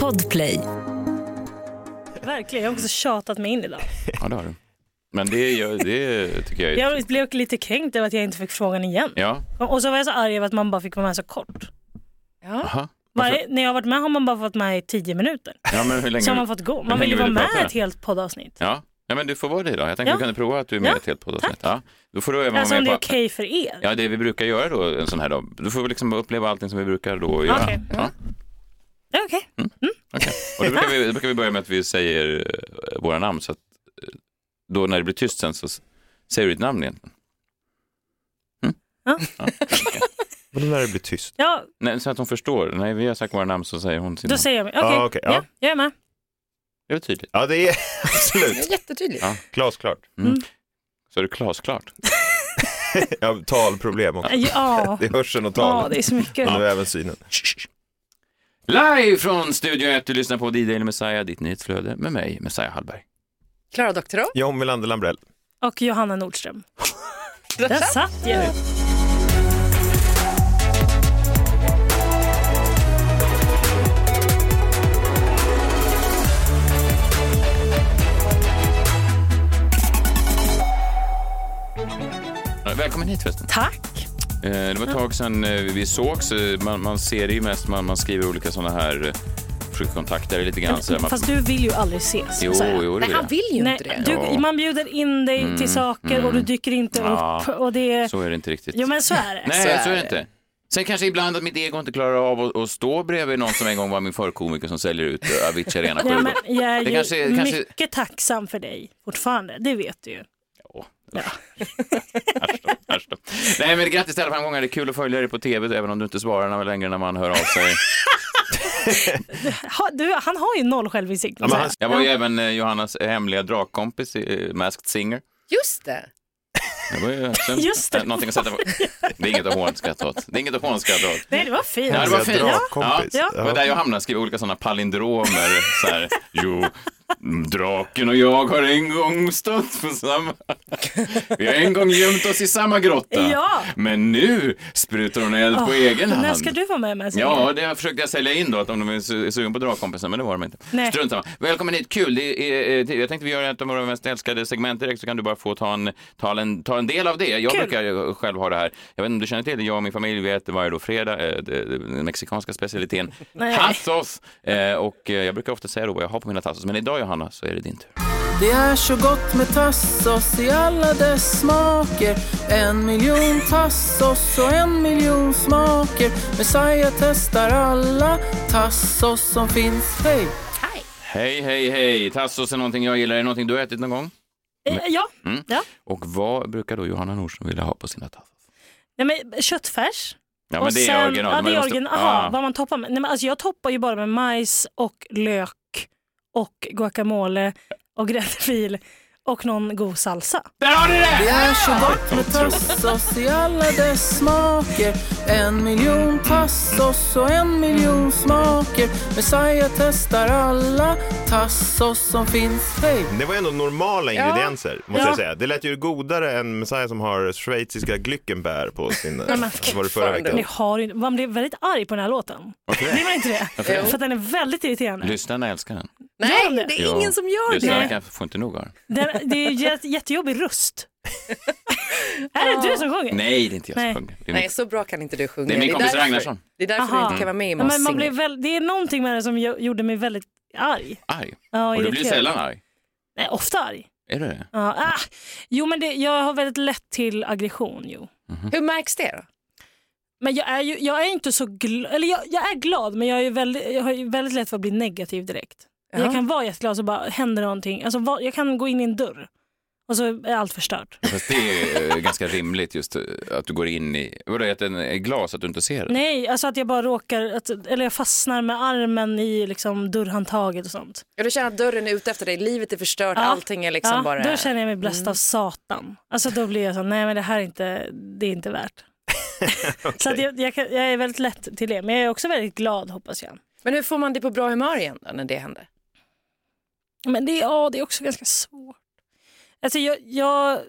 Podplay. Verkligen, jag har också tjatat mig in idag. Ja, det har du. Men det, är ju- det tycker jag är... Jag blev lite kränkt över att jag inte fick frågan igen. Ja, Och så var jag så arg över att man bara fick vara med så kort. Ja. aha. Varje, när jag har varit med har man bara fått med i tio minuter. Ja, men hur länge... Så har man fått gå. Man länge vill ju vill vara du med prata? i ett helt poddavsnitt. Ja. ja, men du får vara det idag. Jag tänkte Ja. vi kunde prova att du är med i Ja, ett helt poddavsnitt. Ja. Då får du även Alltså vara om det med är på... okej för er. Ja, det vi brukar göra då en sån här dag. Du får vi liksom uppleva allting som vi brukar då göra. Okej. Mm. Ja. Ja, okej. Okej. Och då brukar, vi, då brukar vi börja med att vi säger eh, våra namn så att eh, då när det blir tyst sen så s- säger du ditt namn egentligen. Mm? Ja. okej. Vadå när det blir tyst? Ja, Nej, så att hon förstår. Nej, vi har sagt våra namn så säger hon sitt då namn. säger jag okej. Ja, okej, ja. ja, jag är med. Det är väl tydligt. Ja, det är Det absolut är jättetydligt. Ja. glasklart. Så är det glasklart. Ja, talproblem också. Äh, Ja, Det är hörseln och ja tal. det är så mycket. Men nu även synen. Live från Studio 1, du lyssnar på D-Daily Messiah, ditt nyhetsflöde med mig, Messiah Hallberg. Klara Doktorow. John Melander Lambrell. Och Johanna Nordström. Där satt jag. Ja, Välkommen hit förresten. Tack. Eh, Det var ett tag sedan eh, vi sågs. Eh, Man, man ser det ju mest, man, man skriver olika sådana här eh, sjukkontakter lite grann. Så där man, Fast du vill ju aldrig ses. jo, så här. jo, det Nej, är han det. vill ju Nej, inte det. du, man bjuder in dig till saker och du dyker inte Mm, Ja. upp. Och det är... Så är det inte riktigt. Jo men så är det. Nej, Så så är är, det det. inte. Sen kanske ibland att mitt ego inte klarar av att, att stå bredvid någon som en gång var min förkomiker som säljer ut eh, Avicii Arena Ja, sju men jag är Det ju kanske- det kanske- mycket tacksam för dig fortfarande, det vet du ju. Åh, usch. Äsch då, äsch då. Nej, men grattis till alla framgångar. Det är kul att följa dig på tv, även om du inte svarar när- längre när man hör av sig. Ha, du, han har ju noll självinsikt. alltså. Ja, men han- Jag var ju även eh, Johannas hemliga drakkompis, i, eh, Masked Singer. Just det. Det var ju också en- Just det. eh, någonting att sätta på. Det är inget att hånskratta åt. Det är inget att hånskratta åt. Nej, det var fint. Ja, det var fint. Drakkompis. Ja, Ja. Det var där jag hamnade, skrev olika sådana palindromer. Så här, jo, mm, draken och jag har en gång stått på samma... Vi har en gång gömt oss i samma grotta. Ja. Men nu sprutar hon eld på egen hand. När ska du vara med med Ja, det försökte jag sälja in då, att om de är su- sugen på drakkompisar, men det var de inte. Nej. Strunt samma. Välkommen hit, kul. Det är, eh, det- jag tänkte vi gör ett av våra mest älskade segment direkt, så kan du bara få ta en, ta en, ta en del av det. Jag Kul. brukar eh, själv ha det här. Jag vet inte om du känner till det, jag och min familj vi äter varje då fredag, eh, det- det- den mexikanska specialiteten Nej. tassos. Eh, Och eh, jag brukar ofta säga då vad jag har på mina tassos, men idag Johanna så är det din tur. Det är så gott med tassos i alla dess smaker En miljon tassos och en miljon smaker Messiah testar alla tassos som finns, hej! Hej, hej, hej. Tassos är någonting jag gillar. Är det någonting du har ätit någon gång? Eh, Ja. Mm. ja. Och vad brukar då Johanna Nordström vilja ha på sina tassos? Nej, men köttfärs. Ja, men och det sen, är original. Ja, Men det är jag måste- original. Ah. Aha, vad man toppar med. Nej, men alltså, jag toppar ju bara med majs och lök och guacamole och gräddfil och någon god salsa. Där har ni det! Det är så gott med tassos i alla dess smaker En miljon tassos och en miljon smaker Messiah testar alla tassos som finns, hej! Det var ändå normala ingredienser, måste Ja. jag säga. Det lät ju godare än Messiah som har schweiziska glyckenbär på sin... men vad var det förra Ni veckan? har ju, man blir väldigt arg på den här låten. Varför det? Blir man inte det? För att den är väldigt irriterande. Lyssnarna älskar den. Gör de Nej, det? det är Ja. ingen som gör Lyssnarna det. kan, får inte nog av den. Den, det är ju jät- jättejobbig röst. är det du som sjunger? Nej, det är inte jag Nej. som sjunger. Det är min, Nej, så bra kan inte du sjunga. det är min därför- kompis Ragnarsson. Det är därför du Aha. inte kan vara med i Ja, men Masked man blir Singer. väl, det är någonting med det som gö- gjorde mig väldigt arg. Arg. Ja, Och du blir irriterad. sällan arg. Nej, ofta arg. Är du det? Ja, ah. Jo, men det, jag har väldigt lätt till aggression. Jo. Hur märks det då? Men jag är ju jag är inte så glad, eller jag, jag är glad men jag, är ju väldigt, jag har ju väldigt lätt för att bli negativ direkt. Ja. Jag kan vara jätteglad så bara händer någonting. Alltså, vad- jag kan gå in i en dörr och så är allt förstört. Fast det är eh, ganska rimligt just eh, att du går in i... Vadå, att den är glas, att du inte ser den? Nej, alltså att jag bara råkar, att, eller jag fastnar med armen i liksom, dörrhandtaget och sånt. Ja, du känner att dörren är ute efter dig, livet är förstört, Ja. allting är liksom ja, bara... Mm. Då känner jag mig blåst av satan. Alltså då blir jag så nej men det här är inte, det är inte värt. Så att jag, jag, kan, jag är väldigt lätt till det, men jag är också väldigt glad hoppas jag. Men hur får man det på bra humör igen då, när det händer? Men det, ja, det är också ganska svårt. Alltså jag, jag,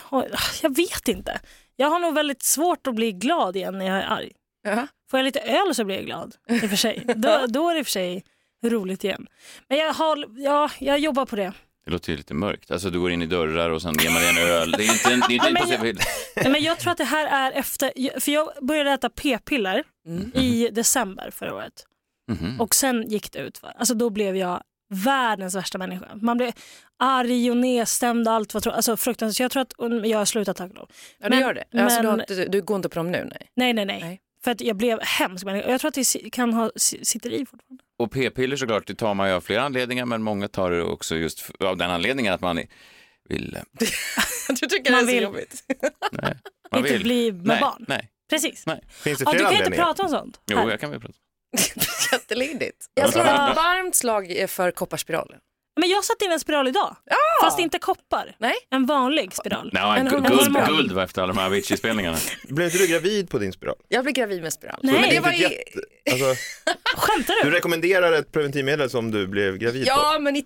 har, jag vet inte. Jag har nog väldigt svårt att bli glad igen när jag är arg. Ja. Får jag lite öl så blir jag glad. I och för sig. Då, då är det i och för sig roligt igen. Men jag, har, ja, jag jobbar på det. Det låter ju lite mörkt. Alltså du går in i dörrar och sen ger man dig en öl. Det är inte, en- det är inte men impossible. Nej, men jag tror att det här är efter, för jag började äta p-piller Mm. i december förra året. Mhm. Och sen gick det ut. Alltså då blev jag världens värsta människa. Man blev arg och nedstämd och allt vad tro- alltså fruktansvärt. Så jag tror att och jag har slutat tack och lov. Ja, Men- du gör det. Alltså, du, har, men- inte- du, du går inte på dem nu, nej. Nej, nej, nej. Nej. För att jag blev hemsk människa. Och Jag tror att det si- kan ha, si- sitter i fortfarande. Och p-piller såklart, det tar man ju av flera anledningar, men många tar det också just f- av den anledningen att man vill. Du tycker Man det är vill. så jobbigt. Man Inte vill. bli med nej, barn. Nej, Precis. Nej. Finns det Ja, du fler kan ju inte anledningar? prata om sånt. jo här. jag kan väl prata. Jättelindigt. Jag slår Ja. ett varmt slag för kopparspiralen. Men jag satte in en spiral idag. Fast inte koppar. Nej? En vanlig spiral. Nej, En gu- hormon- guld, hormon. guld var efter alla de här Avicii-spelningarna. Blev inte du gravid på din spiral? Jag blir gravid med spiral. Nej. Men Det det är var inte ju... Alltså, Skämtar du du? rekommenderar ett preventivmedel som du blev gravid på? Ja, men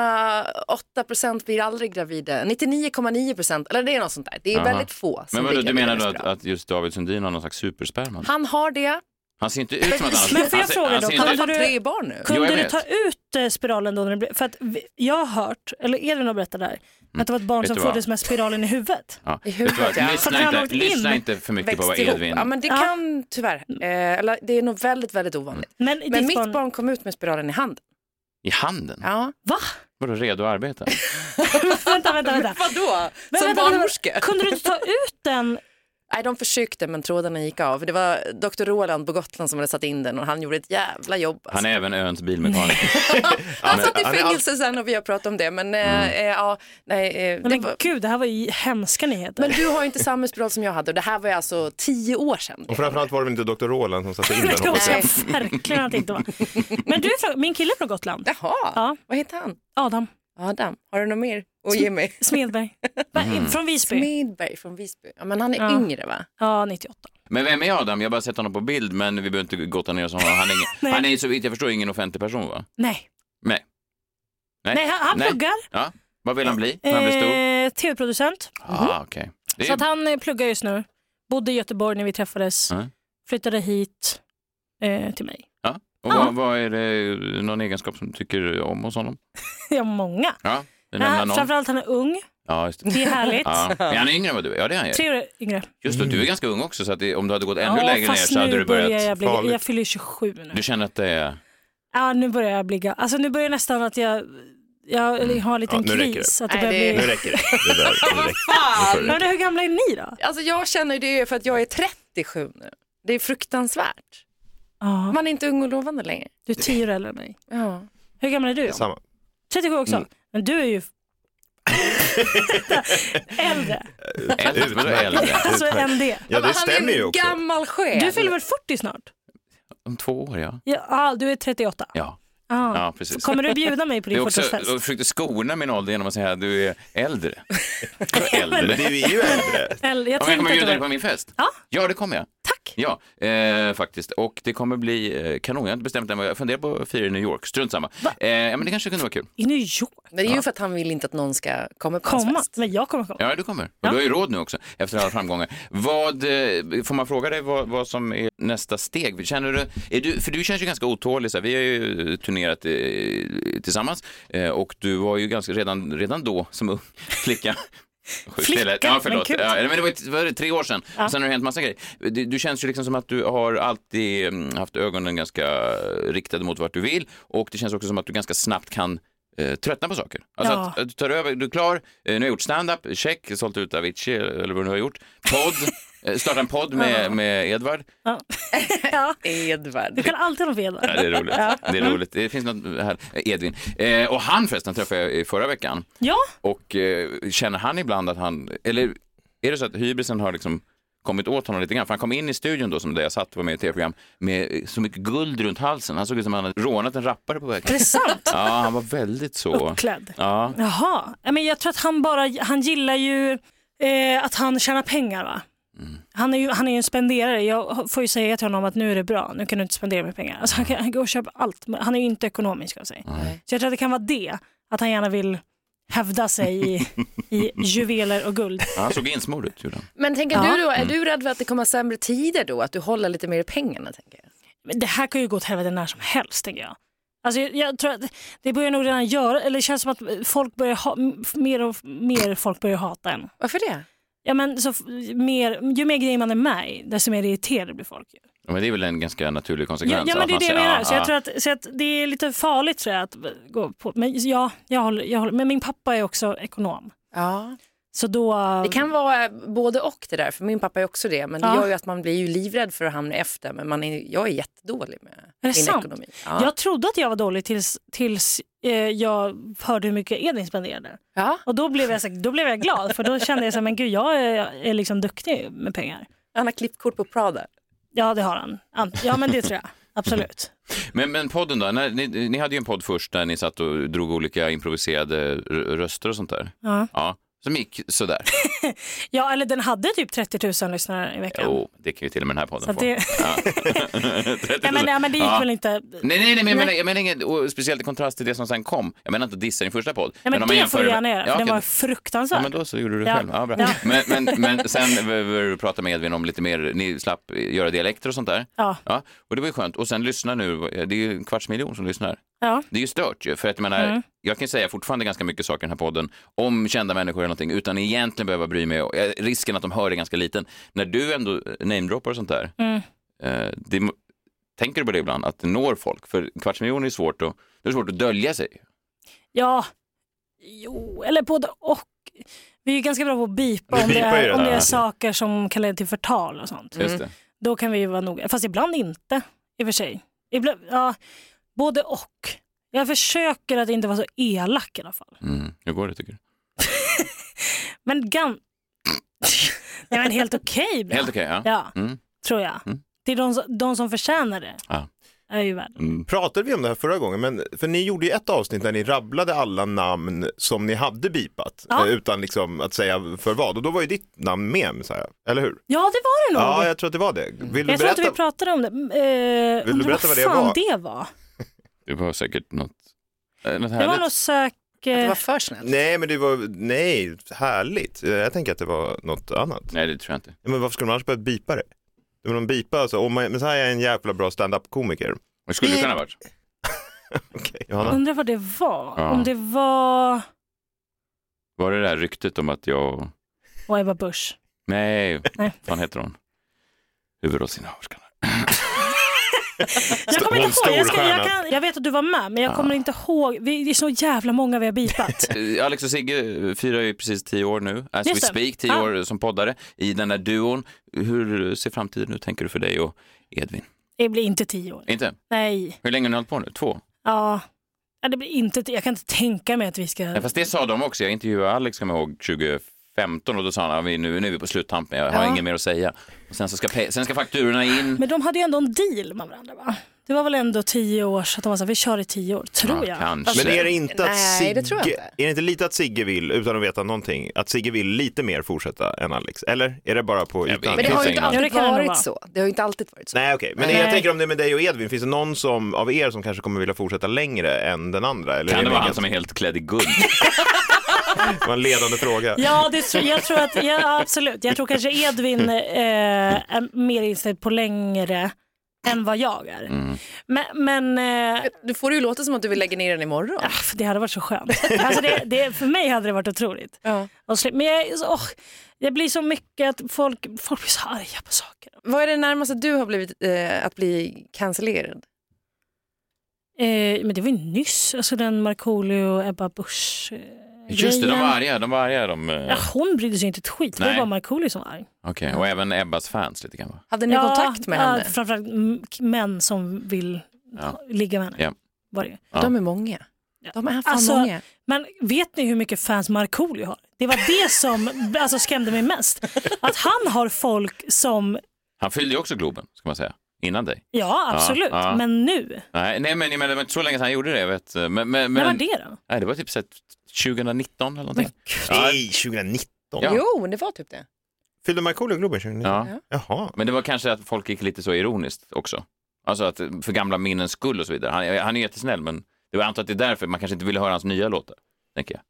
98,8 procent blir aldrig gravida. 99,9 procent, eller det är något sånt där. Det är Aha. väldigt få som Men blir vadå, du gravida menar med då att, spiral. att just David Sundin har någon slags supersperma? Han har det. Han ser inte ut som att han Men får jag han ser- fråga han då, ser Han kan har inte- du- fått tre barn nu. Jo, jag Kunde du vet. ta ut eh, spiralen då? När det blev, för att vi, jag har hört, eller Elin har berättat där, att det var ett barn Vet som du vad? föddes med spiralen i huvudet. Ja. I Vet du huvudet, ja. vad, För att han lyssna har åkt inte, lyssna in. inte för mycket på vad Växt ihop. Edvin... Ja, men det Ja. kan tyvärr. Eh, eller, det är nog väldigt, väldigt ovanligt. Men, Men ditt mitt barn, barn... kom ut med spiralen i handen. I handen? Ja. Va? Vadå, redo att arbeta? vänta, vänta, vänta. Vadå? Men vänta, Som vänta, barnmorska? vänta. Kunde du inte ta ut den? Nej, de försökte men trådarna gick av. Det var doktor Roland på Gotland som hade satt in den och han gjorde ett jävla jobb. Alltså. Han är även öns bilmekaniker. Han men- satt i han är fängelse sen och vi har pratat om det. Men Mm. eh, eh, ja, nej, eh, Nej, det men var... gud, det här var ju hemska nyheter. Men du har ju inte samma spiral som jag hade och det här var ju alltså tio år sedan. Och framförallt var det väl inte Dr. Roland som satte in den? det tror hoppas jag. jag verkligen att det inte var. Men du, är från- min kille är från Gotland. Jaha, Ja. vad heter han? Adam Adam, har du något mer att ge mig? Smedberg. Va? Från Visby. Smedberg från Visby. Ja, men han är Ja. yngre va? Ja, 98. Men vem är Adam? Jag har bara sett honom på bild, men vi behöver inte gotta ner oss i honom. Han är, Nej. ingen, han är så vitt jag förstår ingen offentlig person, va? Nej. Nej. Nej, han, han pluggar. Ja. Vad vill han bli när han blir stor? Eh, Tv-producent. Ah, okej. Det Så att är... han eh, pluggar just nu. Bodde i Göteborg när vi träffades. Mm. Flyttade hit eh, till mig. ja. Och vad, vad är det, någon egenskap som du tycker om hos honom? Ja, många. Ja, vi nämner Ja, någon. framförallt han är ung. Ja, just det. Det är härligt. Ja. Är han yngre än vad du är? Ja, det är han ju. Tre år yngre. Just det, du är ganska ung också, så att det, om du hade gått ännu längre ner Mm. fast så hade nu du börjat... börjar jag bli... farligt. Jag fyller 27 nu. Du känner att det är... Ja, nu börjar jag bli ga- Alltså nu börjar nästan att jag, jag Mm. har en liten Ja, nu räcker kris. Att det Nej, börjar det- Nu bli... räcker det. Det där, nu räcker det. Nu får det Men hur gamla är ni då? Alltså jag känner ju det för att jag är 37 nu. Det är fruktansvärt. Ja, Man är inte ung och lovande längre. du är tio år äldre än mig. Ja. Hur gammal är du? räcka. John? Samma. 37 också. Mm. Men du är ju äldre. Äldre, vadå äldre? Alltså Utmärkt. än det. Ja, det Men han är stämmer en ju också. gammal själ. Du fyller väl 40 snart? Om två år, ja. Ja, ah, du är 38. Ja, Ah. ja precis. Kommer du bjuda mig på Du din är också, 40-årsfest? jag försökte skona min ålder genom att säga att du är äldre. Du är äldre. Du är ju äldre. Eller, jag Om jag kommer tänkte bjuda att dig det på var... min fest? Ja. Ja, det kommer jag. Tack! Ja, eh, faktiskt. Och det kommer bli eh, kanon. Jag har inte bestämt än vad jag funderar på att fira i New York. Strunt samma. Eh, ja, men det kanske kunde vara kul. I New York? Men det är ju för att han vill inte att någon ska komma på hans Komma? fest. Men jag kommer komma. Ja, du kommer. Och du har ju råd nu också efter alla framgångar. Vad, eh, får man fråga dig vad, vad som är nästa steg? Känner du, är du, för du känns ju ganska otålig. Så här. Vi har ju turnerat eh, tillsammans eh, och du var ju ganska redan, redan då som ung flicka. Sjukt, Flicka? eller- ja, förlåt. Men Men, kul. ja, men det var, ett, var det tre år sedan. Och sen har det hänt massa grejer. Du, du känns ju liksom som att du har alltid mm, haft ögonen ganska riktade mot vart du vill och det känns också som att du ganska snabbt kan eh, tröttna på saker. Alltså Ja. att, att du tar över, du är klar, eh, nu har jag gjort stand-up, check, sålt ut Avicii eller vad du har gjort, podd, eh, starta en podd med, med Edvard. Ja. ja. Du Edvard. kan alltid ha fel. Ja, det är roligt. Det är roligt. Det finns något här. Edvin. Eh, och han förresten träffade jag i förra veckan. Ja, Och eh, känner han ibland att han, eller är det så att hybrisen har liksom kommit åt honom lite grann? För han kom in i studion då som där jag satt var med i ett tv-program med eh, så mycket guld runt halsen. Han såg ut som att han hade rånat en rappare på är vägen. det sant? Ja, han var väldigt så. Uppklädd. Ja, Jaha, Ja, men jag tror att han bara, han gillar ju eh, att han tjänar pengar va? Mm. Han är, ju, han är ju en spenderare. Jag får ju säga till honom att nu är det bra, nu kan du inte spendera mer pengar. Alltså, han, kan, han går och köper allt, men han är ju inte ekonomisk av sig. Så jag tror att det kan vara det, att han gärna vill hävda sig i, i juveler och guld. Ja, Han såg insmord ut, gjorde han. Men tänker Ja. du då, är du rädd för att det kommer sämre tider då? Att du håller lite mer i pengarna? Tänker jag. Men det här kan ju gå åt helvete när som helst tänker jag. Alltså jag, jag tror att det börjar nog redan göra, eller det känns som att folk börjar ha, m- mer och mer folk börjar hata en. Varför det? Ja, men så f- mer, ju mer grejer man är med i, desto mer irriterade blir folk. ju. Ja, Men det är väl en ganska naturlig Ja, konsekvens. ja av men att det är man det jag säger, menar. ja, Så jag ja. tror att, så att det är lite farligt tror jag att gå på. Men ja, jag håller, jag håller. Men min pappa är också ekonom. Ja. Så då... Det kan vara både och det där, för min pappa är också det. Men det Ja. gör ju att man blir ju livrädd för att hamna efter. Men man är, jag är jättedålig med det min sant? ekonomi. Ja. Jag trodde att jag var dålig tills, tills eh, jag hörde hur mycket Edvin spenderade. Ja. Och då blev, jag, så- då blev jag glad för då kände jag så här, men gud jag är, är liksom duktig med pengar. Han har klippt kort på Prada. Ja det har han. An- Ja men det tror jag. Absolut. Men, men podden då? När, ni, ni hade ju en podd först där ni satt och drog olika improviserade r- röster och sånt där. Ja. Ja, som gick sådär. ja eller den hade typ 30 000 lyssnare i veckan. Jo, det kan ju till och med den här podden Så att få. det, Ja. 30 000. nej, men, nej men det gick Ja. väl inte. Nej, nej, nej, men jag menar, jag menar inget, och speciellt i kontrast till det som sen kom. Jag menar inte att dissa din första podd. Nej, men om man det får du med- gärna göra. för Ja, den okej. var Ja, fruktansvärd. men då så gjorde du det Ja. själv. Ja, bra. Ja. Men, men, men sen behöver du prata med Edvin om lite mer, ni slapp göra dialekter och sånt där. Ja. Ja, och det var ju skönt. Och sen lyssna nu, det är ju en kvarts miljon som lyssnar. Ja. Det är ju stört ju, för att jag menar, jag kan ju säga fortfarande ganska mycket saker i den här podden om kända människor eller någonting utan egentligen behöva bry mig. Och, eh, risken att de hör är ganska liten. När du ändå namedroppar och sånt där, eh, det, må- tänker du på det ibland, att det når folk? För en kvarts miljon är ju svårt att, det är svårt att dölja sig. Ja, jo, eller både och. Vi är ju ganska bra på att bipa Vi om det bipar ju är, det om det här. är saker som kan leda till förtal och sånt. Just det. Då kan vi ju vara noga, fast ibland inte i och för sig. Ibland, ja, både och. Jag försöker att inte vara så elak i alla fall. Mm. Hur går det tycker du? Men gan... Nej men helt okej bra. Helt okej, ja. Ja, Mm. tror jag. Mm. Det är de, som- de som förtjänar det. Ja. Är ju värd. Mm. Pratade vi om det här förra gången? Men, för ni gjorde ju ett avsnitt där ni rabblade alla namn som ni hade bipat Ja. eh, utan liksom att säga för vad. Och då var ju ditt namn med, så här, eller hur? Ja det var det nog. Ja, Mm. jag jag tror att det var det. Vill du tror inte vi berätta? pratade om det. Mm, Eh, Vill du berätta vad det fan var? det var? Det var säkert något, eh, något Det var härligt. nog Att det var säkert... för snällt. Nej, men det var, nej, härligt. Eh, Jag tänker att det var något annat. Nej, det tror jag inte. Men varför skulle man annars börja bipa det? Men de bipar alltså, och Ma- Messiah är en jävla bra stand-up-komiker. Det skulle det kunna ha varit. Okej, Johanna? Undrar vad det var. Ja. Om det var... Var det det här ryktet om att jag... Och Ebba Busch. Nej, Nej. fan heter hon? Huvudrollsinnehaverskan. Jag kommer inte Hon ihåg. Jag, ska, jag, storstjärnan. kan, jag vet att du var med, Ah. men jag kommer inte ihåg. Vi, det är så jävla många vi har bipat. Eh, Alex och Sigge eh, firar ju precis tio år nu, as Just det. we speak, tio Ja. år som poddare i den här duon. Hur ser framtiden ut tänker du för dig och Edvin? Det blir inte tio år. Inte? Nej. Hur länge har ni hållit på nu? Eh. Två? Ja. Ja, det blir inte, jag kan inte tänka mig att vi ska... Nej, fast det sa de också. Jag intervjuade Alex, kommer jag ihåg, 2015 och då sa han att nu, nu är vi på sluttampen, jag har Ja. inget mer att säga. Och sen, så ska, pe- sen ska fakturorna in. Men de hade ju ändå en deal med varandra va? Det var väl ändå tio år så att de var så här, vi kör i tio år, tror Ja, jag. Alltså, kanske. Men är det inte att Alltså, Nej, Sigge, det tror jag inte. är det inte lite att Sigge vill, utan att veta någonting, att Sigge vill lite mer fortsätta än Alex? Eller är det bara Jag på vet ytan? Men det har ju inte Ja, det alltid kan det nog vara. varit så. Det har ju inte alltid varit så. Nej okej, men Nej. jag tänker om det är med dig och Edvin, finns det någon som, av er som kanske kommer vilja fortsätta längre än den andra? Eller Kan det är vara han ganska- som är helt klädd i guld? det var en ledande fråga. Ja, det tror, jag tror att, ja, absolut. Jag tror kanske Edvin eh, är mer inställd på längre än vad jag är. Mm. Men, men eh, Du får det ju låta som att du vill lägga ner den imorgon. ah, för det hade varit så skönt. Alltså det, det, för mig hade det varit otroligt. Ja. Och sli- Men jag, är så- åh, jag blir så mycket att folk, folk blir så arga på saker. Vad är det närmaste du har blivit eh, att bli cancellerad? Eh, men det var ju nyss, alltså den Markoolio och Ebba Busch. eh, Just det, de var grejen. arga. De var arga de, eh, Ja, hon brydde sig inte ett skit, det var Nej. bara Markoolio som var arg. Okej, och även Ebbas fans lite grann va? Hade ni kontakt med ja, henne? Framförallt m- män som vill Ja. ligga med henne. Ja. Var det. ju. ja. De är många. De är fan Alltså, många. Men vet ni hur mycket fans Markoolio har? Det var det som alltså, skrämde mig mest. Att han har folk som, Han fyllde ju också Globen, ska man säga, innan dig. ja absolut, ja. men nu. Nej, nej men jag menar, det var inte så länge sedan han gjorde det. jag Vet. Men, men, men, När var det då? Nej, det var typ så här 2019 eller Men någonting. gud. Ja. Nej, 2019. Ja. Jo, det var typ det. Fyllde Markoolio Globen 2019? Ja. Jaha. Men det var kanske att folk gick lite så ironiskt också. Alltså att för gamla minnens skull och så vidare. Han, han är jättesnäll men det var antar att det är därför man kanske inte ville höra hans nya låtar. Tänker jag.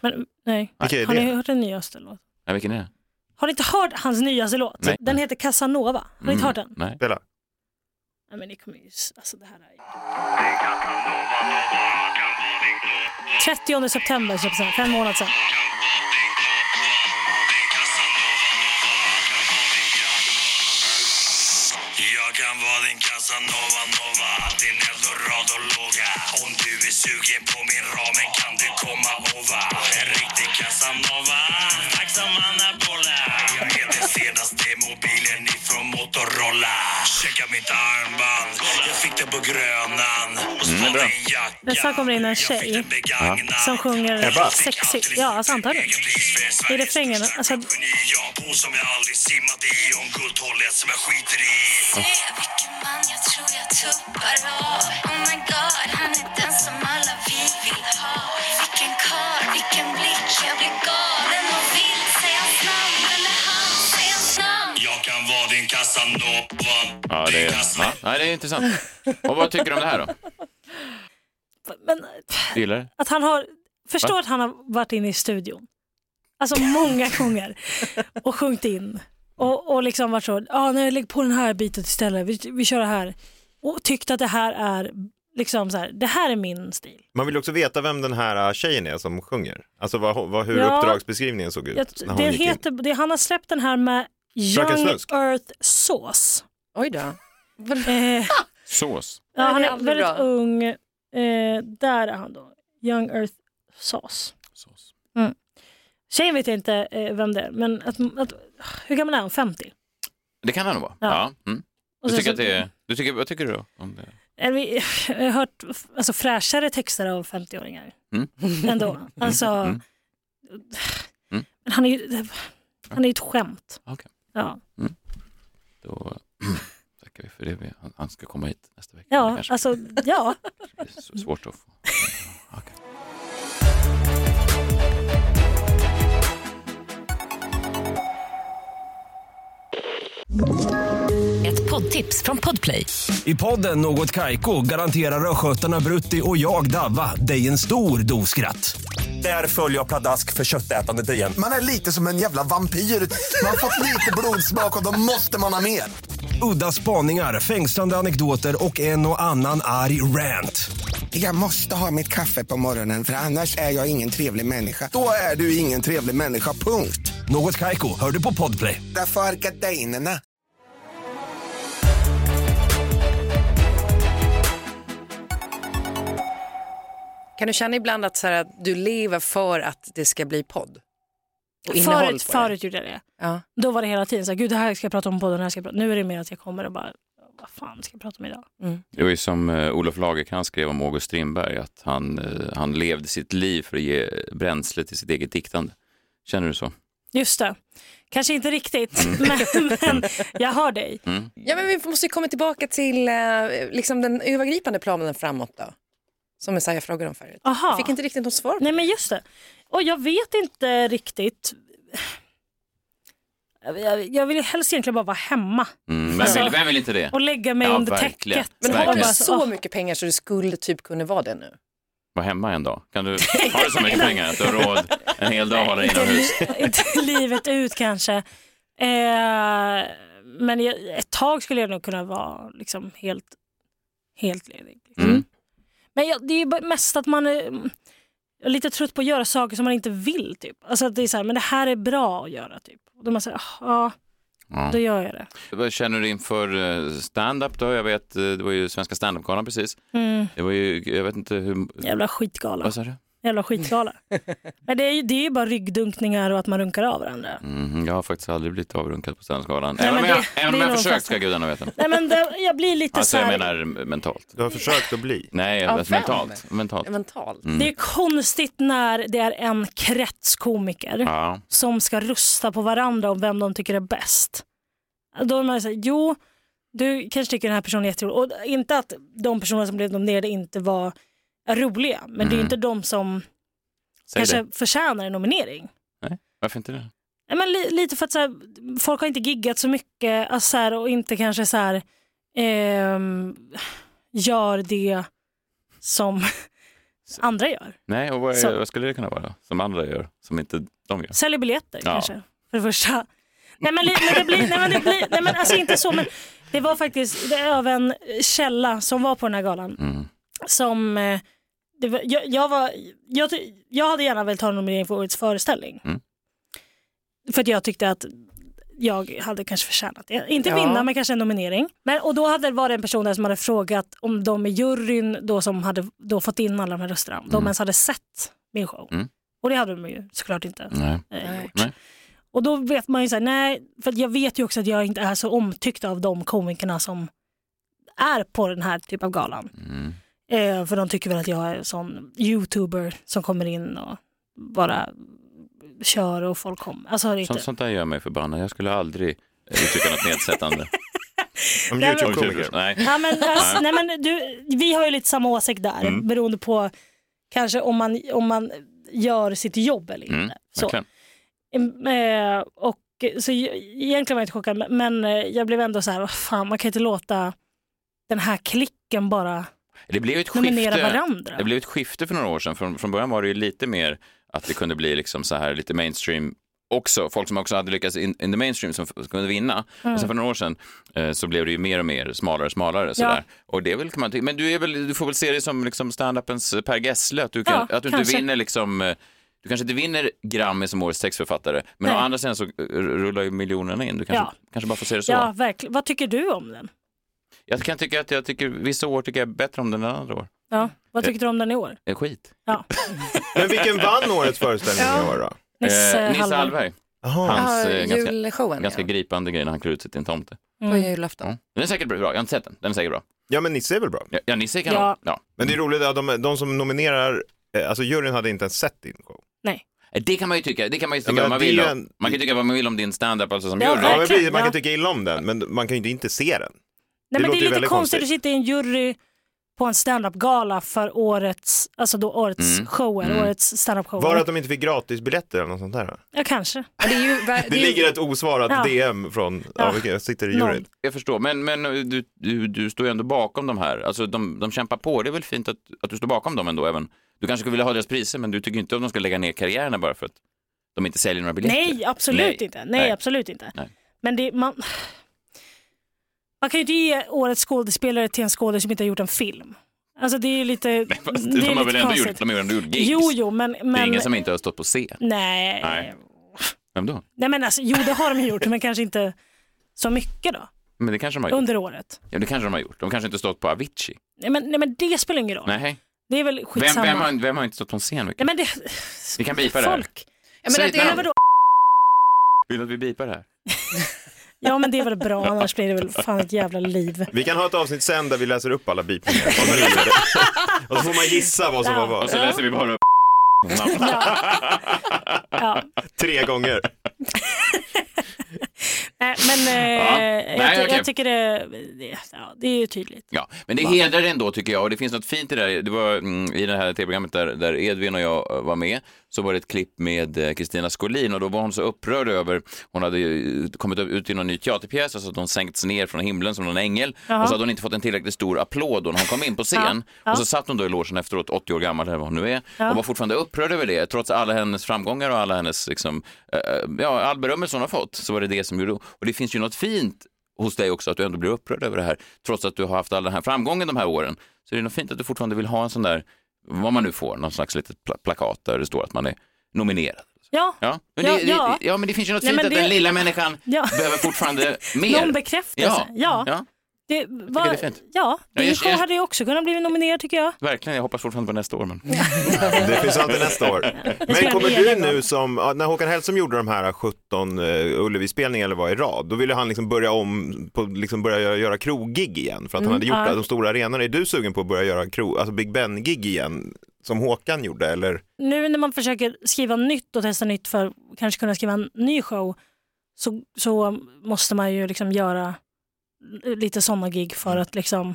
Men, nej. Vilka är Har ni det? hört den nyaste låten? Ja, vilken är det? Har ni inte hört hans nyaste låt? Nej. Den heter Casanova. Har ni Mm. inte hört den? Mm. Nej. Spela. Nej, men ni kommer ju... Alltså det här är ju... 30 september släpps den, fem månader sedan. Jag kan vara din Casanova Nova, din eldorado-låga Om du är sugen på min ramen kan du komma ova En riktig Casanova, Axamannabola Jag är den senaste mobilen ifrån Motorola Checka mitt armband, jag fick det på Grönan Och Mm, det är bra. en jacka Men sen kommer det in en tjej som sjunger Ebba? sexigt. Ja, alltså antagligen. I refrängen. Alltså, Japo som jag aldrig simmat i Om guldhålet som jag skiter i Se vilken man jag tror jag tuppar av Oh my god, han är den som alla vi vill ha Vilken karl, vilken blick, jag blir galen och vill Säg hans namn, eller han, säg hans namn Jag kan vara din Casanova Ja, det är, Casanova. ja, nej, det är intressant. Och vad tycker du om det här då? men eh, Du gillar det? att han har... Förstå att han har varit inne i studion. Alltså många gånger. Och sjungit in. Och, och liksom varit så, ja ah, nej lägg på den här biten istället, vi, vi kör det här. Och tyckt att det här är, liksom så här, det här är min stil. Man vill ju också veta vem den här äh, tjejen är som sjunger. Alltså vad, vad, hur Ja. uppdragsbeskrivningen såg ut. Jag, när hon det gick in. heter, det, han har släppt den här med Fröken Young Svensk. Earth Sauce. Oj då. Eh, Sås. ja, han det är är aldrig väldigt bra. ung. Eh, där är han då. Young Earth Sauce. Sås. Tjejen vet jag inte eh, vem det är, men att, att, hur gammal är hon? 50? Det kan det nog vara. Ja. Ja. Mm. Och Du sen tycker så- att det är... Du tycker, vad tycker du då? Om det? Eller vi- Jag har hört f- alltså, fräschare texter av 50-åringar Mm. ändå. Alltså, Mm. Mm. Men han är ju han är ju ett skämt. Okej. Ja, Då tackar vi för det. Vi- Han- Han ska komma hit nästa vecka. Det ja kanske alltså ja. blir så svårt att få. Okej. Ett poddtips från Podplay. I podden Något Kaiko garanterar östgötarna Brutti och jag, Davva, dig en stor dos skratt. Där följer jag pladask för köttätandet igen. Man är lite som en jävla vampyr. Man har fått lite blodsmak och då måste man ha mer. Udda spaningar, fängslande anekdoter och en och annan arg rant. Jag måste ha mitt kaffe på morgonen för annars är jag ingen trevlig människa. Då är du ingen trevlig människa, punkt. Något Kaiko, hör du på Podplay. Därför är gardinerna. Kan du känna ibland att, så här, att du lever för att det ska bli podd? Och innehåll Förut, på det? förut gjorde jag det. Ja. Då var det hela tiden så här, gud det här ska jag prata om på den här ska jag prata Nu är det mer att jag kommer och bara, vad fan ska jag prata om idag? Det var ju som eh, Olof Lagercrantz skrev om August Strindberg, att han, eh, han levde sitt liv för att ge bränsle till sitt eget diktande. Känner du så? Just det, kanske inte riktigt, Mm. men, men jag hör dig. ja, men vi måste ju komma tillbaka till eh, liksom den övergripande planen framåt då. Som Messiah frågade om förut. Aha. Fick inte riktigt något svar. Nej men just det, och jag vet inte riktigt. Jag, jag vill ju helst egentligen bara vara hemma Mm, vem, Alltså- vill, vem vill inte det? och lägga mig Ja, under verkligen. täcket. Men Och har du bara Verkligen. så åh, mycket pengar så du skulle typ kunna vara det nu? Vara hemma en dag? Kan du ha så mycket pengar att du har råd en hel dag att hålla dig inomhus? inte livet ut kanske. Eh, men jag, ett tag skulle jag nog kunna vara liksom helt, helt ledig. Liksom. Mm. Men jag, det är bara mest att man är, mm, jag är lite trött på att göra saker som man inte vill. Typ. Alltså att det är så här, men det här är bra att göra. Typ. Och då man säger, ja, Ja. då gör jag det. Vad känner du inför eh, stand-up då? Jag vet, eh, det var ju Svenska standup-galan precis. Mm. Det var ju, jag vet inte hur... Jävla skitgala. Vad sa du? Jävla skitgala. men det är, ju, det är ju bara ryggdunkningar och att man runkar av varandra. Mm, jag har faktiskt aldrig blivit avrunkad på standup-galan. Nej, Även om men jag, det- även om det är jag nog försökt fast- ska gudarna veta. Nej, men det, jag blir lite Alltså så här... jag menar eh, mentalt. Du har försökt att bli. Nej, Av alltså vem? mentalt. mentalt. Mm. Mentalt. Det är konstigt när det är en krets komiker Ja. som ska rösta på varandra om vem de tycker är bäst. Då är man såhär, jo, du kanske tycker den här personen är jätterolig. Och inte att de personer som blev nominerade inte var roliga, men det är ju inte de som Säg kanske det. förtjänar en nominering. Varför inte det? Nej, Men li, lite för att så här, folk har inte giggat så mycket alltså så här, och inte kanske så här, ehm, gör det som, andra gör. Nej, och vad, Så- vad skulle det kunna vara då? Som andra gör, som inte de gör? Säljer biljetter Ja. kanske, för det första. Nej men, li- men det blir, nej men det blir, nej men alltså inte så men det var faktiskt det är av en källa som var på den här galan Mm. som eh, det var, jag, jag, var, jag, ty- jag hade gärna velat ha en nominering för årets föreställning. Mm. För att jag tyckte att jag hade kanske förtjänat det. Inte Ja. vinna men kanske en nominering. Men, och då hade, var det en person där som hade frågat om de i juryn då som hade då fått in alla de här rösterna, om de ens hade sett min show. Mm. Och det hade de ju såklart inte Nej. eh, gjort. Nej. Och då vet man ju så här, nej, för att jag vet ju också att jag inte är så omtyckt av de komikerna som är på den här typen av galan. Mm. Eh, för de tycker väl att jag är en sån youtuber som kommer in och bara kör och folk kommer. Alltså har det Sånt, inte. sånt där gör mig förbannad. Jag skulle aldrig eh, uttrycka något nedsättande. Om Nej, men- Youtube-komiker. Nej. Ja, men, alltså, nej, men du, vi har ju lite samma åsikt där Mm. beroende på kanske om man, om man gör sitt jobb eller inte. Mm. Så. verkligen. Em, Eh, och, så jag, egentligen var jag inte chockad men- men eh, jag blev ändå så här, "Åh, fan man kan inte låta den här klicken bara Det blev ett nominera skifte. varandra. Det blev ett skifte för några år sedan. Från, från början var det ju lite mer att det kunde bli liksom så här lite mainstream också. Folk som också hade lyckats in, in the mainstream som f- kunde vinna. Och Mm. sen för några år sedan eh, så blev det ju mer och mer smalare och smalare. Sådär. Och det är väl, kan man tycka. Men du, är väl, du får väl se det som liksom stand-upens Per Gessle, att du, kan, Ja, att du inte kanske. vinner liksom eh, du kanske inte vinner Grammy som årets textförfattare, men å Nej. andra sidan så eh, rullar ju miljonerna in. Du kanske, Ja. kanske bara får se det så. ja, verkligen. Vad tycker du om den? Jag kan tycka att jag tycker, vissa år tycker jag bättre om den än andra år. Ja. Vad tyckte du om den i år? Eh, Skit. Ja. Men vilken vann årets föreställning i år då? Nisse Eh, Nisse Hallberg. Hallberg. Jaha. Hans Ja, eh, ganska, julshowen ganska ja. gripande grej när han klär ut sig till en tomte. Mm. på julafton. Ja. Den är säkert bra, jag har inte sett den. Den är säkert bra. Ja men Nisse är väl bra? Ja, Ja, Nisse är kanon. Ja. Ja. Men det är roligt att de, de som nominerar, eh, alltså juryn hade inte ens sett din show. Nej. Eh, Det kan man ju tycka, det kan man ju Ja, tycka men vad man det är vill ju om. en- Man kan ju tycka vad man vill om din standup alltså som Ja, gör Ja, det. men precis, Verkligen, man kan ja. tycka illa om den, men man kan ju inte inte se den. Nej, men låter det ju är lite väldigt konstigt. konstigt. att sitta i en jury på en standup-gala för årets, alltså då årets Mm. shower, Mm. årets standup-shower. Var det att de inte fick gratisbiljetter eller något sånt där? Ja, kanske. Men Det, är ju, ver- Det är ju- ligger ett osvarat Ja. DM från, ja, Ja. vilken- jag sitter i Någon. juryn. Jag förstår, men, men eh, du, du, du står ju ändå bakom de här. Alltså de, de kämpar på, det är väl fint att, att du står bakom dem ändå även. Du kanske skulle vilja ha deras priser, men du tycker inte att de ska lägga ner karriärerna bara för att de inte säljer några biljetter. Nej, absolut Nej. inte. Nej, Nej. absolut inte. Nej. Men det, man, man kan ju inte ge årets skådespelare till en skådespelare som inte har gjort en film. Alltså det är ju lite, det, Fast är de lite har väl ändå konstigt. gjort, de har ju ändå gjort gigs. Jo, jo, men... men Det är ingen som inte har stått på scen. nej. Nej. nej. Vem då? men alltså, jo, det har de gjort, men kanske inte så mycket då, Men det kanske de har gjort. under året. Ja, det kanske de har gjort. De kanske inte stått på Avicii. Nej, men, nej, men det spelar ingen roll. Nej. Det är väl Vem, skitsamma. vem, har, vem har inte stått på en scen? Nej, Vilka? men det... Vi kan bipa det här. Folk. ja, men Säg att det ett är namn. väl Vill du att vi bipar det här? Ja, men det är väl bra, annars blir det väl fan ett jävla liv. Vi kan ha ett avsnitt sen där vi läser upp alla bipningar. Och så, river det. och så får man gissa vad som var Och så Alltså- vad. läser vi bara upp namn. Ja. Ja. Tre gånger. Nej, men eh, Ja. jag, Nej, ty- okej. jag tycker det, det, ja, det är ju tydligt. Ja, men det hedrar det ändå tycker jag och det finns något fint i det här. Det var mm, i det här tv-programmet där, där Edvin och jag eh, var med så var det ett klipp med eh, Kristina Skolin och då var hon så upprörd över, hon hade ju kommit ut i någon ny teaterpjäs och så att hon sänkts ner från himlen som någon ängel och så hade hon inte fått en tillräckligt stor applåd då när hon kom in på scen och så satt hon då i logen efteråt, 80 år gammal eller vad hon nu är och var fortfarande upprörd över det trots alla hennes framgångar och alla hennes, liksom, eh, ja, all berömmelse hon har fått så var det det som gjorde, och det finns ju något fint hos dig också att du ändå blir upprörd över det här. Trots att du har haft all den här framgången de här åren så är det nog fint att du fortfarande vill ha en sån där, vad man nu får, någon slags litet pla- plakat där det står att man är nominerad. Ja, Ja, men, Ja, det, ja. Det, ja, men det finns ju något Nej, fint men att det- den lilla människan Ja. behöver fortfarande mer. någon bekräftelse. ja. Ja, ja, det, var, det är fint. ja, din jag- show jag- hade ju också kunnat bli nominerad tycker jag. verkligen. Jag hoppas fortfarande på nästa år. Men... Det finns alltid nästa år. Men göra kommer det du igen nu då. som, ja, när Håkan Hellström gjorde de här 17 eh, Ullevi-spelningarna eller vad i rad, då ville han liksom börja om, på, liksom börja göra, göra kroggig igen för att han hade gjort Mm. ja. det, de stora arenorna. Är du sugen på att börja göra krog, alltså Big Ben-gig igen som Håkan gjorde eller? Nu när man försöker skriva nytt och testa nytt för att kanske kunna skriva en ny show så, så måste man ju liksom göra lite sådana gig för Mm. att liksom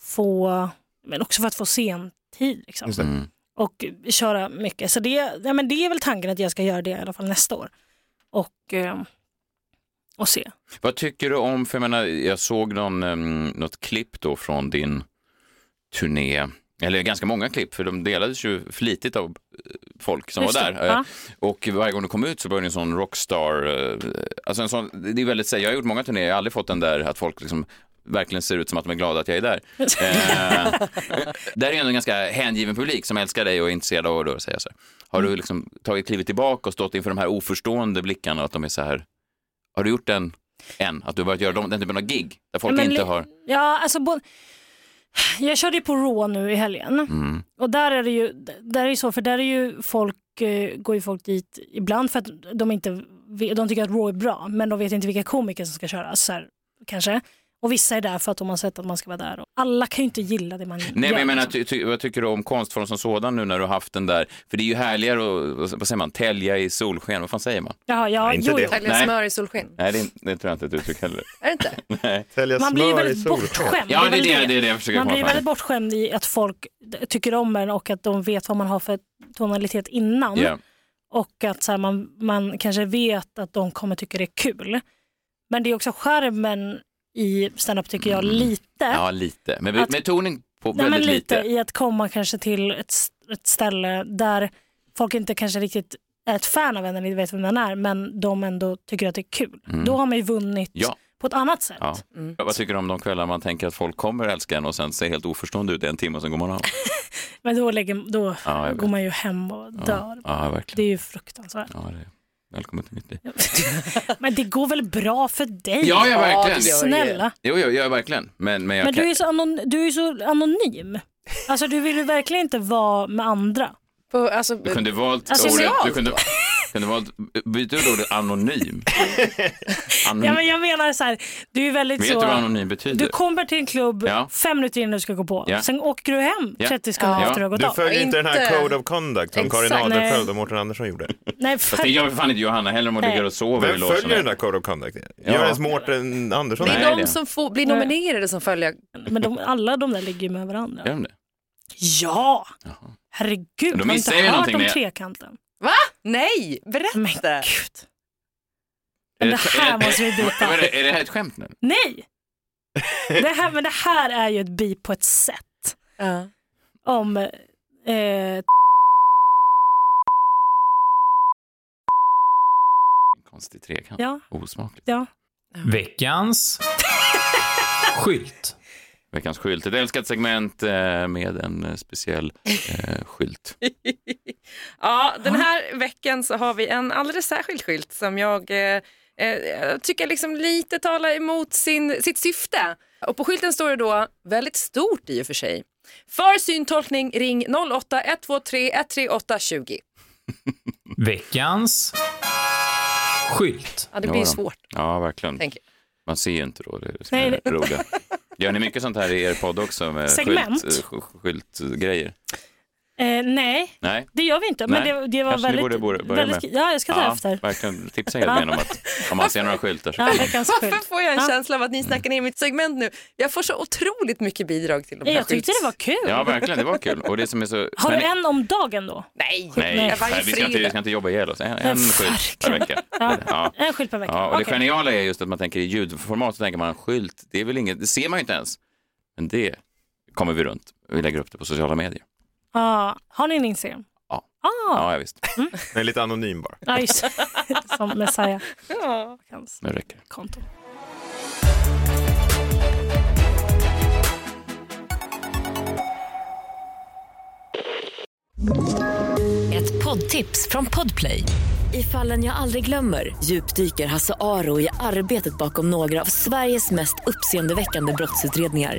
få, men också för att få scentid liksom. Just det. Mm. och köra mycket. Så det, ja, men det är väl tanken att jag ska göra det i alla fall nästa år och, eh, och se. Vad tycker du om, ehm, för jag menar, jag såg någon, um, något klipp då från din turné, eller ganska många klipp, för de delades ju flitigt av eh, folk som Just var det, där. ja. Eh, Och varje gång du kom ut så var det en sån rockstar, eh, alltså en sån, det är väldigt, så- jag har gjort många turnéer, jag har aldrig fått den där att folk liksom verkligen ser ut som att de är glada att jag är där. Eh, där är ändå en ganska hängiven publik som älskar dig och är intresserad av vad du har att säga. Så här. Har du liksom tagit klivet tillbaka och stått inför de här oförstående blickarna och att de är så här, har du gjort den än? Att du har börjat göra de- den typen av gig där folk Men inte li- har... Ja, alltså bo... Jag körde ju på Raw nu i helgen. Mm. Och där är det ju där är det så, för där är ju folk, eh, går ju folk dit ibland för att de inte vet, de tycker att Raw är bra, men de vet inte vilka komiker som ska köra. Så här, kanske. Och vissa är där för att de har sett att man ska vara där. Och alla kan ju inte gilla det man gör. Nej, men jag menar, ty, ty, vad tycker du om konstform som sådan nu när du har haft den där? För det är ju härligare att, vad vad säger man, tälja i solsken, vad fan säger man? Jaha, ja, Nej, inte jo, det. jo. Eller Nej. smör i solsken. Nej, det, det tror jag inte är ett uttryck heller. Är det inte? Nej. Tälja Man blir väldigt bortskämd. Ja, det väl är det, det, är det jag försöker Man komma blir fram väldigt till. bortskämd i att folk d- tycker om en och att de vet vad man har för tonalitet innan. Ja. Och att så här, man, man kanske vet att de kommer tycka det är kul. Men det är också skärmen i standup tycker jag lite. Ja, lite. Men Att- med toning på Nej, men väldigt lite. I att komma kanske till ett, s- ett ställe där folk inte kanske riktigt är ett fan av en eller inte vet vem den är men de ändå tycker att det är kul. Mm. Då har man ju vunnit Ja. på ett annat sätt. Ja. Ja, Vad tycker du om de kvällar man tänker att folk kommer älska en och sen ser helt oförstående ut i en timme och sen går man av? Men då, lägger, då Ja, jag vet. går man ju hem och Ja, dör. ja verkligen. Det är ju fruktansvärt. Ja, det är... Välkommen till mitt liv. Men det går väl bra för dig? Ja, ja, verkligen. Snälla. Jo, jo, ja, verkligen. Men, men jag Men kan... du är, så anon- du är ju så anonym. Alltså du vill ju verkligen inte vara med andra. På, alltså, Du kunde valt Alltså, ordet, socialt du kunde, kunde valt, byt ut ordet anonym. Anonym. ja, men jag menar så här, du är ju väldigt Vet så... du vad Mm. anonym betyder? Du kommer till en klubb Ja. fem minuter innan du ska gå på. Ja. Sen åker du hem Ja. 30 sekunder Ja. efter du har gått Du av. följer inte den här Code of Conduct som Exakt. Karin Nej. Adelsköld och Mårten Andersson gjorde. Nej, Fast det gör för fan inte Johanna heller om hon Nej. ligger och sover i Vem logen. följer den där Code of Conduct? Ja. Gör ens Mårten Andersson Det Nej, är det- de som får, blir nominerade som följer. Men de, alla de där ligger ju med varandra. Gör de det? Ja! Herregud, Då har du missar inte jag ju hört någonting om när jag- trekanten? Va? Nej, berätta. Men gud. Men det här måste vi byta. Är det, är det här ett skämt nu? Nej! Det här, men det här är ju ett bi på ett sätt. Ja. Om... Eh, Konstig trekant. Ja. Osmakligt. ja. Veckans skylt. Veckans skylt. Ett älskat segment eh, med en eh, speciell eh, skylt. Ja, den här veckan så har vi en alldeles särskild skylt som jag eh, eh, tycker liksom lite talar emot sin, sitt syfte. Och på skylten står det då, väldigt stort i och för sig, för syntolkning ring 08 123 138 20. Veckans skylt. Ja, det blir ju Ja, då. svårt. Ja, verkligen. Tänker Man ser ju inte då. Det är det som Nej, är det- det roliga. Gör ni mycket sånt här i er podd också? Med Segment? Skylt, eh, sk- skyltgrejer? Eh, nej, Nej. det gör vi inte. Men Nej. det, det var Kanske väldigt... ni borde börja- börja väldigt med. Ja, jag ska ta efter. Verkligen. Tipsa helt med om att om man ser några skyltar så Ja, kan man... veckans skylt. Varför får jag en Ja. känsla av att ni snackar ner mitt segment nu? Jag får så otroligt mycket bidrag till de här Eh, Jag tyckte skylts- det var kul. Ja, verkligen. Det var kul. Och det som är så... Har men- du en om dagen då? Nej, Nej. Nej, nej, vi, ska inte, vi ska inte jobba ihjäl oss. En, en skylt per vecka. Ja. Ja. En skylt per vecka. Ja, och det Okej. geniala är just att man tänker i ljudformat så tänker man skylt, det är väl inget, det ser man ju inte ens. Men det kommer vi runt. Vi lägger upp det på sociala medier. Ja. Har ni en Instagram? Ja. Ah. Ja, ja visst. Den är lite anonym bara. Ja, just det. Som Messiah. Ja. Hans Nu räcker det. konto. Ett poddtips från Podplay. I fallen jag aldrig glömmer djupdyker Hasse Aro i arbetet bakom några av Sveriges mest uppseendeväckande brottsutredningar.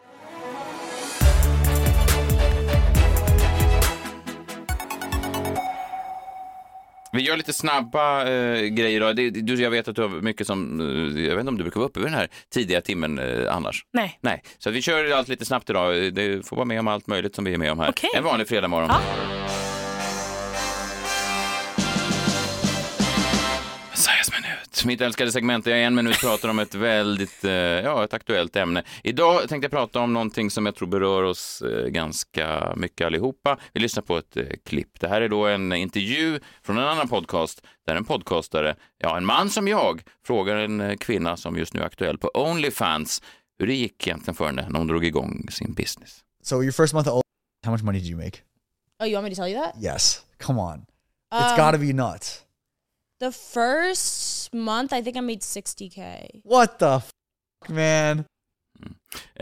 Vi gör lite snabba eh, grejer idag. Det, det- du, jag vet att du har mycket som, eh, jag vet inte om du brukar vara uppe vid den här tidiga timmen eh, annars. Nej. Nej, så vi kör allt lite snabbt idag. Du får vara med om allt möjligt som vi är med om här. Okej. En vanlig fredagmorgon. Ja. Messiahs minut. Slut, mitt älskade segment där jag i en minut pratar om ett väldigt eh, ja, ett aktuellt ämne. Idag tänkte jag prata om någonting som jag tror berör oss eh, ganska mycket allihopa. Vi lyssnar på ett eh, klipp. Det här är då en intervju från en annan podcast där en podcastare, ja en man som jag, frågar en eh, kvinna som just nu är aktuell på Onlyfans hur det gick egentligen för henne när hon drog igång sin business. So your first month of old, how much money did you make? Oh, you want me to tell you that? Yes. Come on. Um, it's got to be nuts. The first month, I think I made 60K. What the f- man?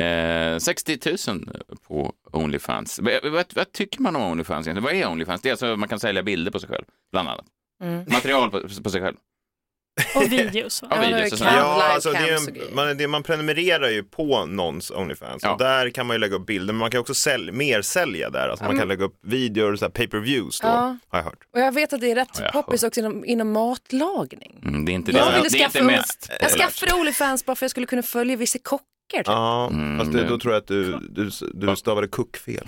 Eh, 60 000 på Onlyfans. Vad, vad, vad tycker man om Onlyfans egentligen? Vad är Onlyfans? Det är alltså att man kan sälja bilder på sig själv, bland annat. Mm. Material på, på sig själv. Och videos. va? Ja, videos och sånt. Ja, alltså det är en, man, det, man prenumererar ju på någons Onlyfans och där kan man ju lägga upp bilder men man kan också sälj, mer sälja där. Alltså man Mm. kan lägga upp videor och så här pay-per-views då, Ja. har jag hört. Och jag vet att det är rätt Ja, jag poppis också inom, inom matlagning. Mm, det är inte Jag ville det är skaffa inte mest. Jag skaffade Onlyfans bara för att jag skulle kunna följa vissa kockar. typ. Ja, Mm, fast du, då tror jag att du, du, du stavade kuck fel.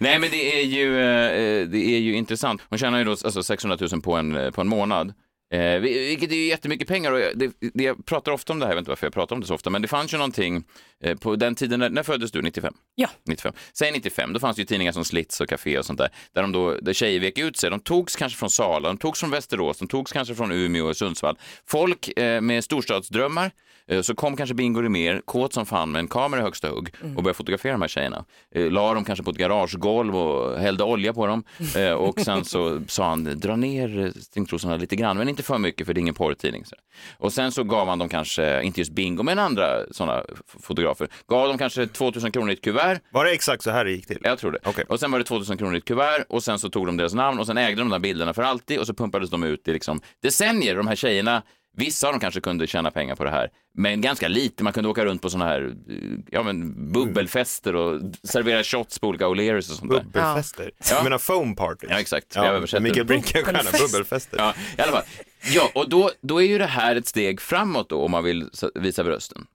Nej, men det är ju, eh, det är ju intressant. Hon tjänar ju då alltså 600 000 på en, eh, på en månad. Eh, vi- vilket är ju jättemycket pengar och jag- det, det, jag pratar ofta om det här, jag vet inte varför jag pratar om det så ofta, men det fanns ju någonting eh, på den tiden, när, när föddes du? 95? Ja. 95. Säg 95, då fanns det ju tidningar som Slits och Café och sånt där, där, de då, där tjejer vek ut sig. De togs kanske från Sala, de togs från Västerås, de togs kanske från Umeå och Sundsvall. Folk eh, med storstadsdrömmar, eh, så kom kanske Bingo mer kåt som fan med en kamera i högsta hugg och började fotografera de här tjejerna. Eh, la dem kanske på ett garagegolv och hällde olja på dem eh, och sen så sa han dra ner eh, stringtrosorna lite grann, men inte för mycket för det är ingen porrtidning. Så. Och sen så gav han dem kanske, inte just Bingo, men andra sådana f- fotografer, gav dem kanske 2000 kronor i ett kuvert. Var det exakt så här det gick till? Jag tror det. Och sen var det 2000 kronor i ett kuvert och sen så tog de deras namn och sen ägde de de där bilderna för alltid och så pumpades de ut i liksom decennier. De här tjejerna, vissa av dem kanske kunde tjäna pengar på det här, men ganska lite. Man kunde åka runt på sådana här eh, ja, men bubbelfester och servera shots på olika O'Learys och sånt där. Bubbelfester? Jag menar foam parties? Ja, exakt. Ja, Jag översätter. Mikael Brinkenstierna, bubbelfester. Ja, i alla fall. Ja, och då, då är ju det här ett steg framåt då om man vill s- visa brösten.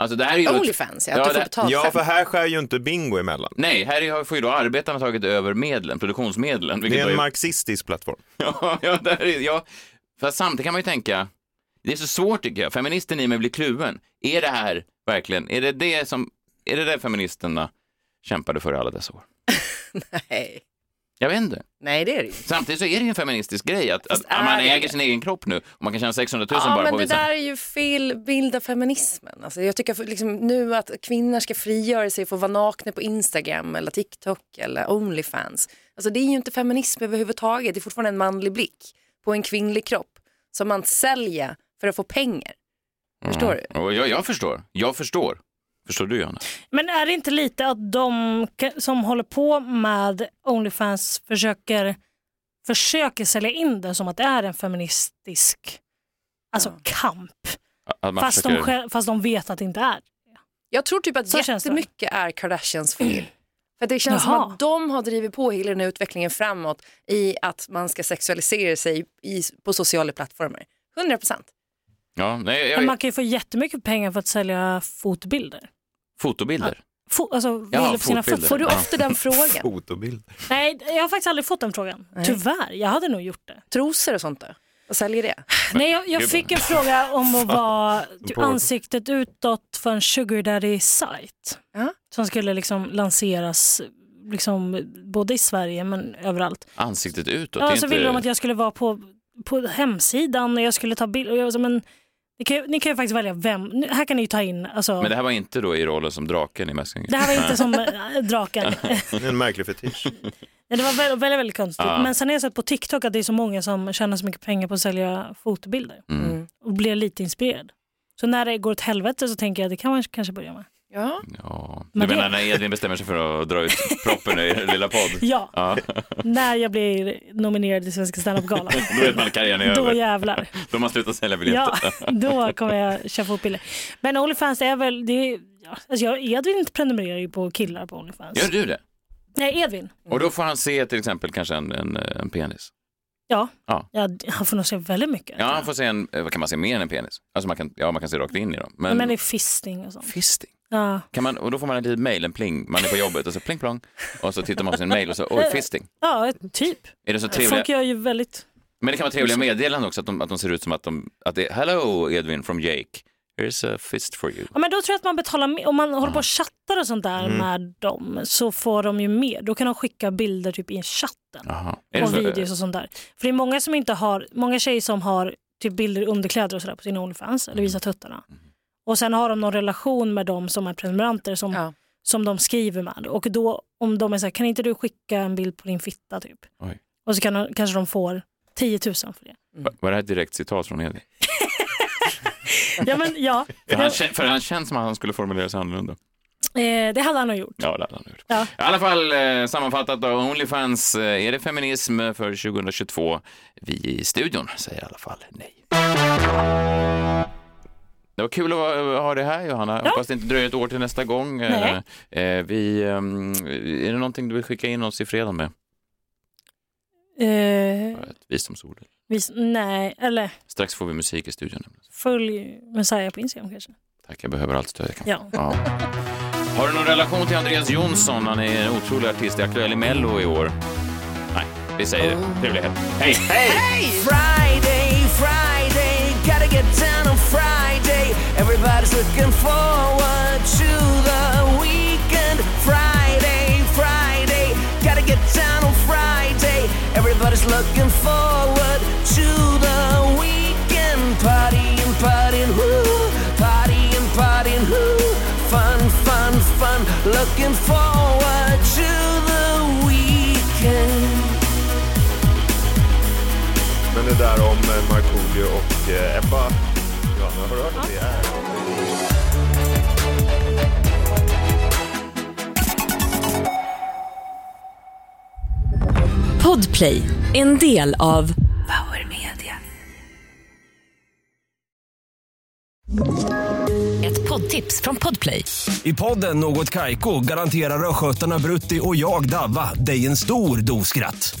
Alltså det här är ju då ett- det- Ja, för här skär ju inte bingo emellan. Nej, här är- får ju då arbetarna tagit över medlen, produktionsmedlen. Det är en marxistisk plattform. Ja, ja, där är, ja, fast samtidigt kan man ju tänka, det är så svårt tycker jag, feministen i mig blir kluven. Är det här verkligen, är det det som, är det det feministerna kämpade för i alla dessa år? Nej. Jag vet inte. Nej, det är det ju. Samtidigt så är det ju en feministisk grej att, att, att man är det äger sin egen kropp nu och man kan tjäna 600 000 Ja, bara men på det vissa. där är ju fel bild av feminismen. Alltså, jag tycker liksom nu att kvinnor ska frigöra sig och få vara nakna på Instagram eller TikTok eller Onlyfans. Alltså, det är ju inte feminism överhuvudtaget. Det är fortfarande en manlig blick på en kvinnlig kropp som man säljer för att få pengar. Förstår du? Mm. Och Jag, jag förstår. Jag förstår. Förstår du, Johanna? Men är det inte lite att de ka- som håller på med Onlyfans försöker, försöker sälja in det som att det är en feministisk alltså, kamp? Att man Fast, de, försöker- själv- fast de vet att det inte är. Jag tror typ att Så känns det. jättemycket är Kardashians fel. För det känns Jaha. som att de har drivit på hela den här utvecklingen framåt i att man ska sexualisera sig i, på sociala plattformar. 100 procent. Ja, nej, Men jag, man kan ju få jättemycket pengar för att sälja fotobilder. fotobilder. Fo, alltså, Ja, bilder på sina fötter. fotbilder. Får du Ja. ofta den frågan? Fotobilder. Nej, jag har faktiskt aldrig fått den frågan. Tyvärr, jag hade nog gjort det. Trosor och sånt då? Och säljer det? Nej, jag, jag Gud. fick en fråga om att vara typ, På- ansiktet utåt för en sugar daddy-sajt. Som skulle liksom lanseras liksom, både i Sverige men överallt. Ansiktet utåt. det Ja, är så inte... ville de att jag skulle vara på, på hemsidan och jag skulle ta bilder. Och jag var så, men ni kan, ju- ni kan ju faktiskt välja vem. Nu- Här kan ni ju ta in, alltså, Men det här var inte då i rollen som draken i Mäsking? det här var inte som eh, draken. en märklig fetisch. Ja, Det var väldigt, väldigt, väldigt konstigt. Ja. Men sen har jag sett på TikTok att det är så många som tjänar så mycket pengar på att sälja fotobilder. Mm. Och blir lite inspirerad. Så när det går åt helvete så tänker jag att det kan man kanske börja med. Ja. Ja. Du Men det- menar när Edvin bestämmer sig för att dra ut proppen i den lilla podd? Ja. När jag blir nominerad i Svenska standup-galan. Då vet man att karriären är Då över. jävlar. Då har man slutat sälja Ja, biljetter. då kommer jag köra fotbilder. Men Onlyfans är väl, det är, ja, alltså jag, Edvin prenumererar ju på killar på Onlyfans. Gör du det? Nej, Edvin. Och då får han se till exempel kanske en, en, en penis. Ja. Ja. ja, han får nog se väldigt mycket. Ja, han får se en, eh, vad kan man se mer än en penis? Alltså man kan, ja, man kan se rakt in i dem. Men, Men det är fisting och sånt. Fisting? Ja. kan man, och då får man en liten mail, en pling, man är på jobbet och så pling plong. Och så tittar man på sin mail och så, oj, fisting. Ja, typ. Är det så trevliga, Folk gör ju väldigt... Men det kan vara trevliga meddelanden också, att de, att de ser ut som att de... Att det är, Hello Edwin from Jake. Here's a fist for you. Ja, men då tror jag att man betalar mer. Om man håller på och chattar och sånt där Mm. med dem så får de ju mer. Då kan de skicka bilder typ i en chatten Jaha. och videos och sånt där. För det är många som inte har, många tjejer som har typ bilder i underkläder och sådär på sina Onlyfans eller visar tuttarna. Och sen har de någon relation med dem som är prenumeranter som, som de skriver med. Och då om de är så här, kan inte du skicka en bild på din fitta typ? Oj. Och så kan, de- kanske de får 10 000 för det. Va- Var det här ett direkt citat från Edvin? Ja, men, ja. För han, kä- för han känns som att han skulle formulera sig annorlunda. Eh, det hade han nog gjort. Ja, det hade han gjort. Ja. I alla fall eh, sammanfattat då, Onlyfans, eh, är det feminism för 2022? Vi i studion säger i alla fall nej. Det var kul att vara- ha det här Johanna. Hoppas det inte dröjer ett år till nästa gång. Eh, eh, Vi, ehm, är det någonting du vill skicka in oss i fredag med? Eh, Ett visdomsord. vis, nej, eller Strax får vi musik i studion. följ Messiah på Instagram kanske. Tack, jag behöver allt stöd jag kan. Ja. Ja. Har du någon relation till Andreas Jonsson? Han är en otrolig artist, är aktuell i Mello i år. Nej, vi säger det. Trevlig helg. Hej! Hej! Friday, Friday, gotta get down on Friday. Everybody's looking forward to the weekend. Friday, Friday, gotta get down on Friday. Everybody's looking forward to the weekend. Partying, partying, whoo, partying, partying, whoo. hmm, Fun, fun, fun, looking forward to the weekend. Men det där om eh, Markoolio och eh, Ebba, Johanna, har du hört att det är? Podplay, en del av Power Media. ett poddtips från Podplay. I podden Något Kaiko garanterar östgötarna Brutti och jag, Davva, dig en stor dos skratt.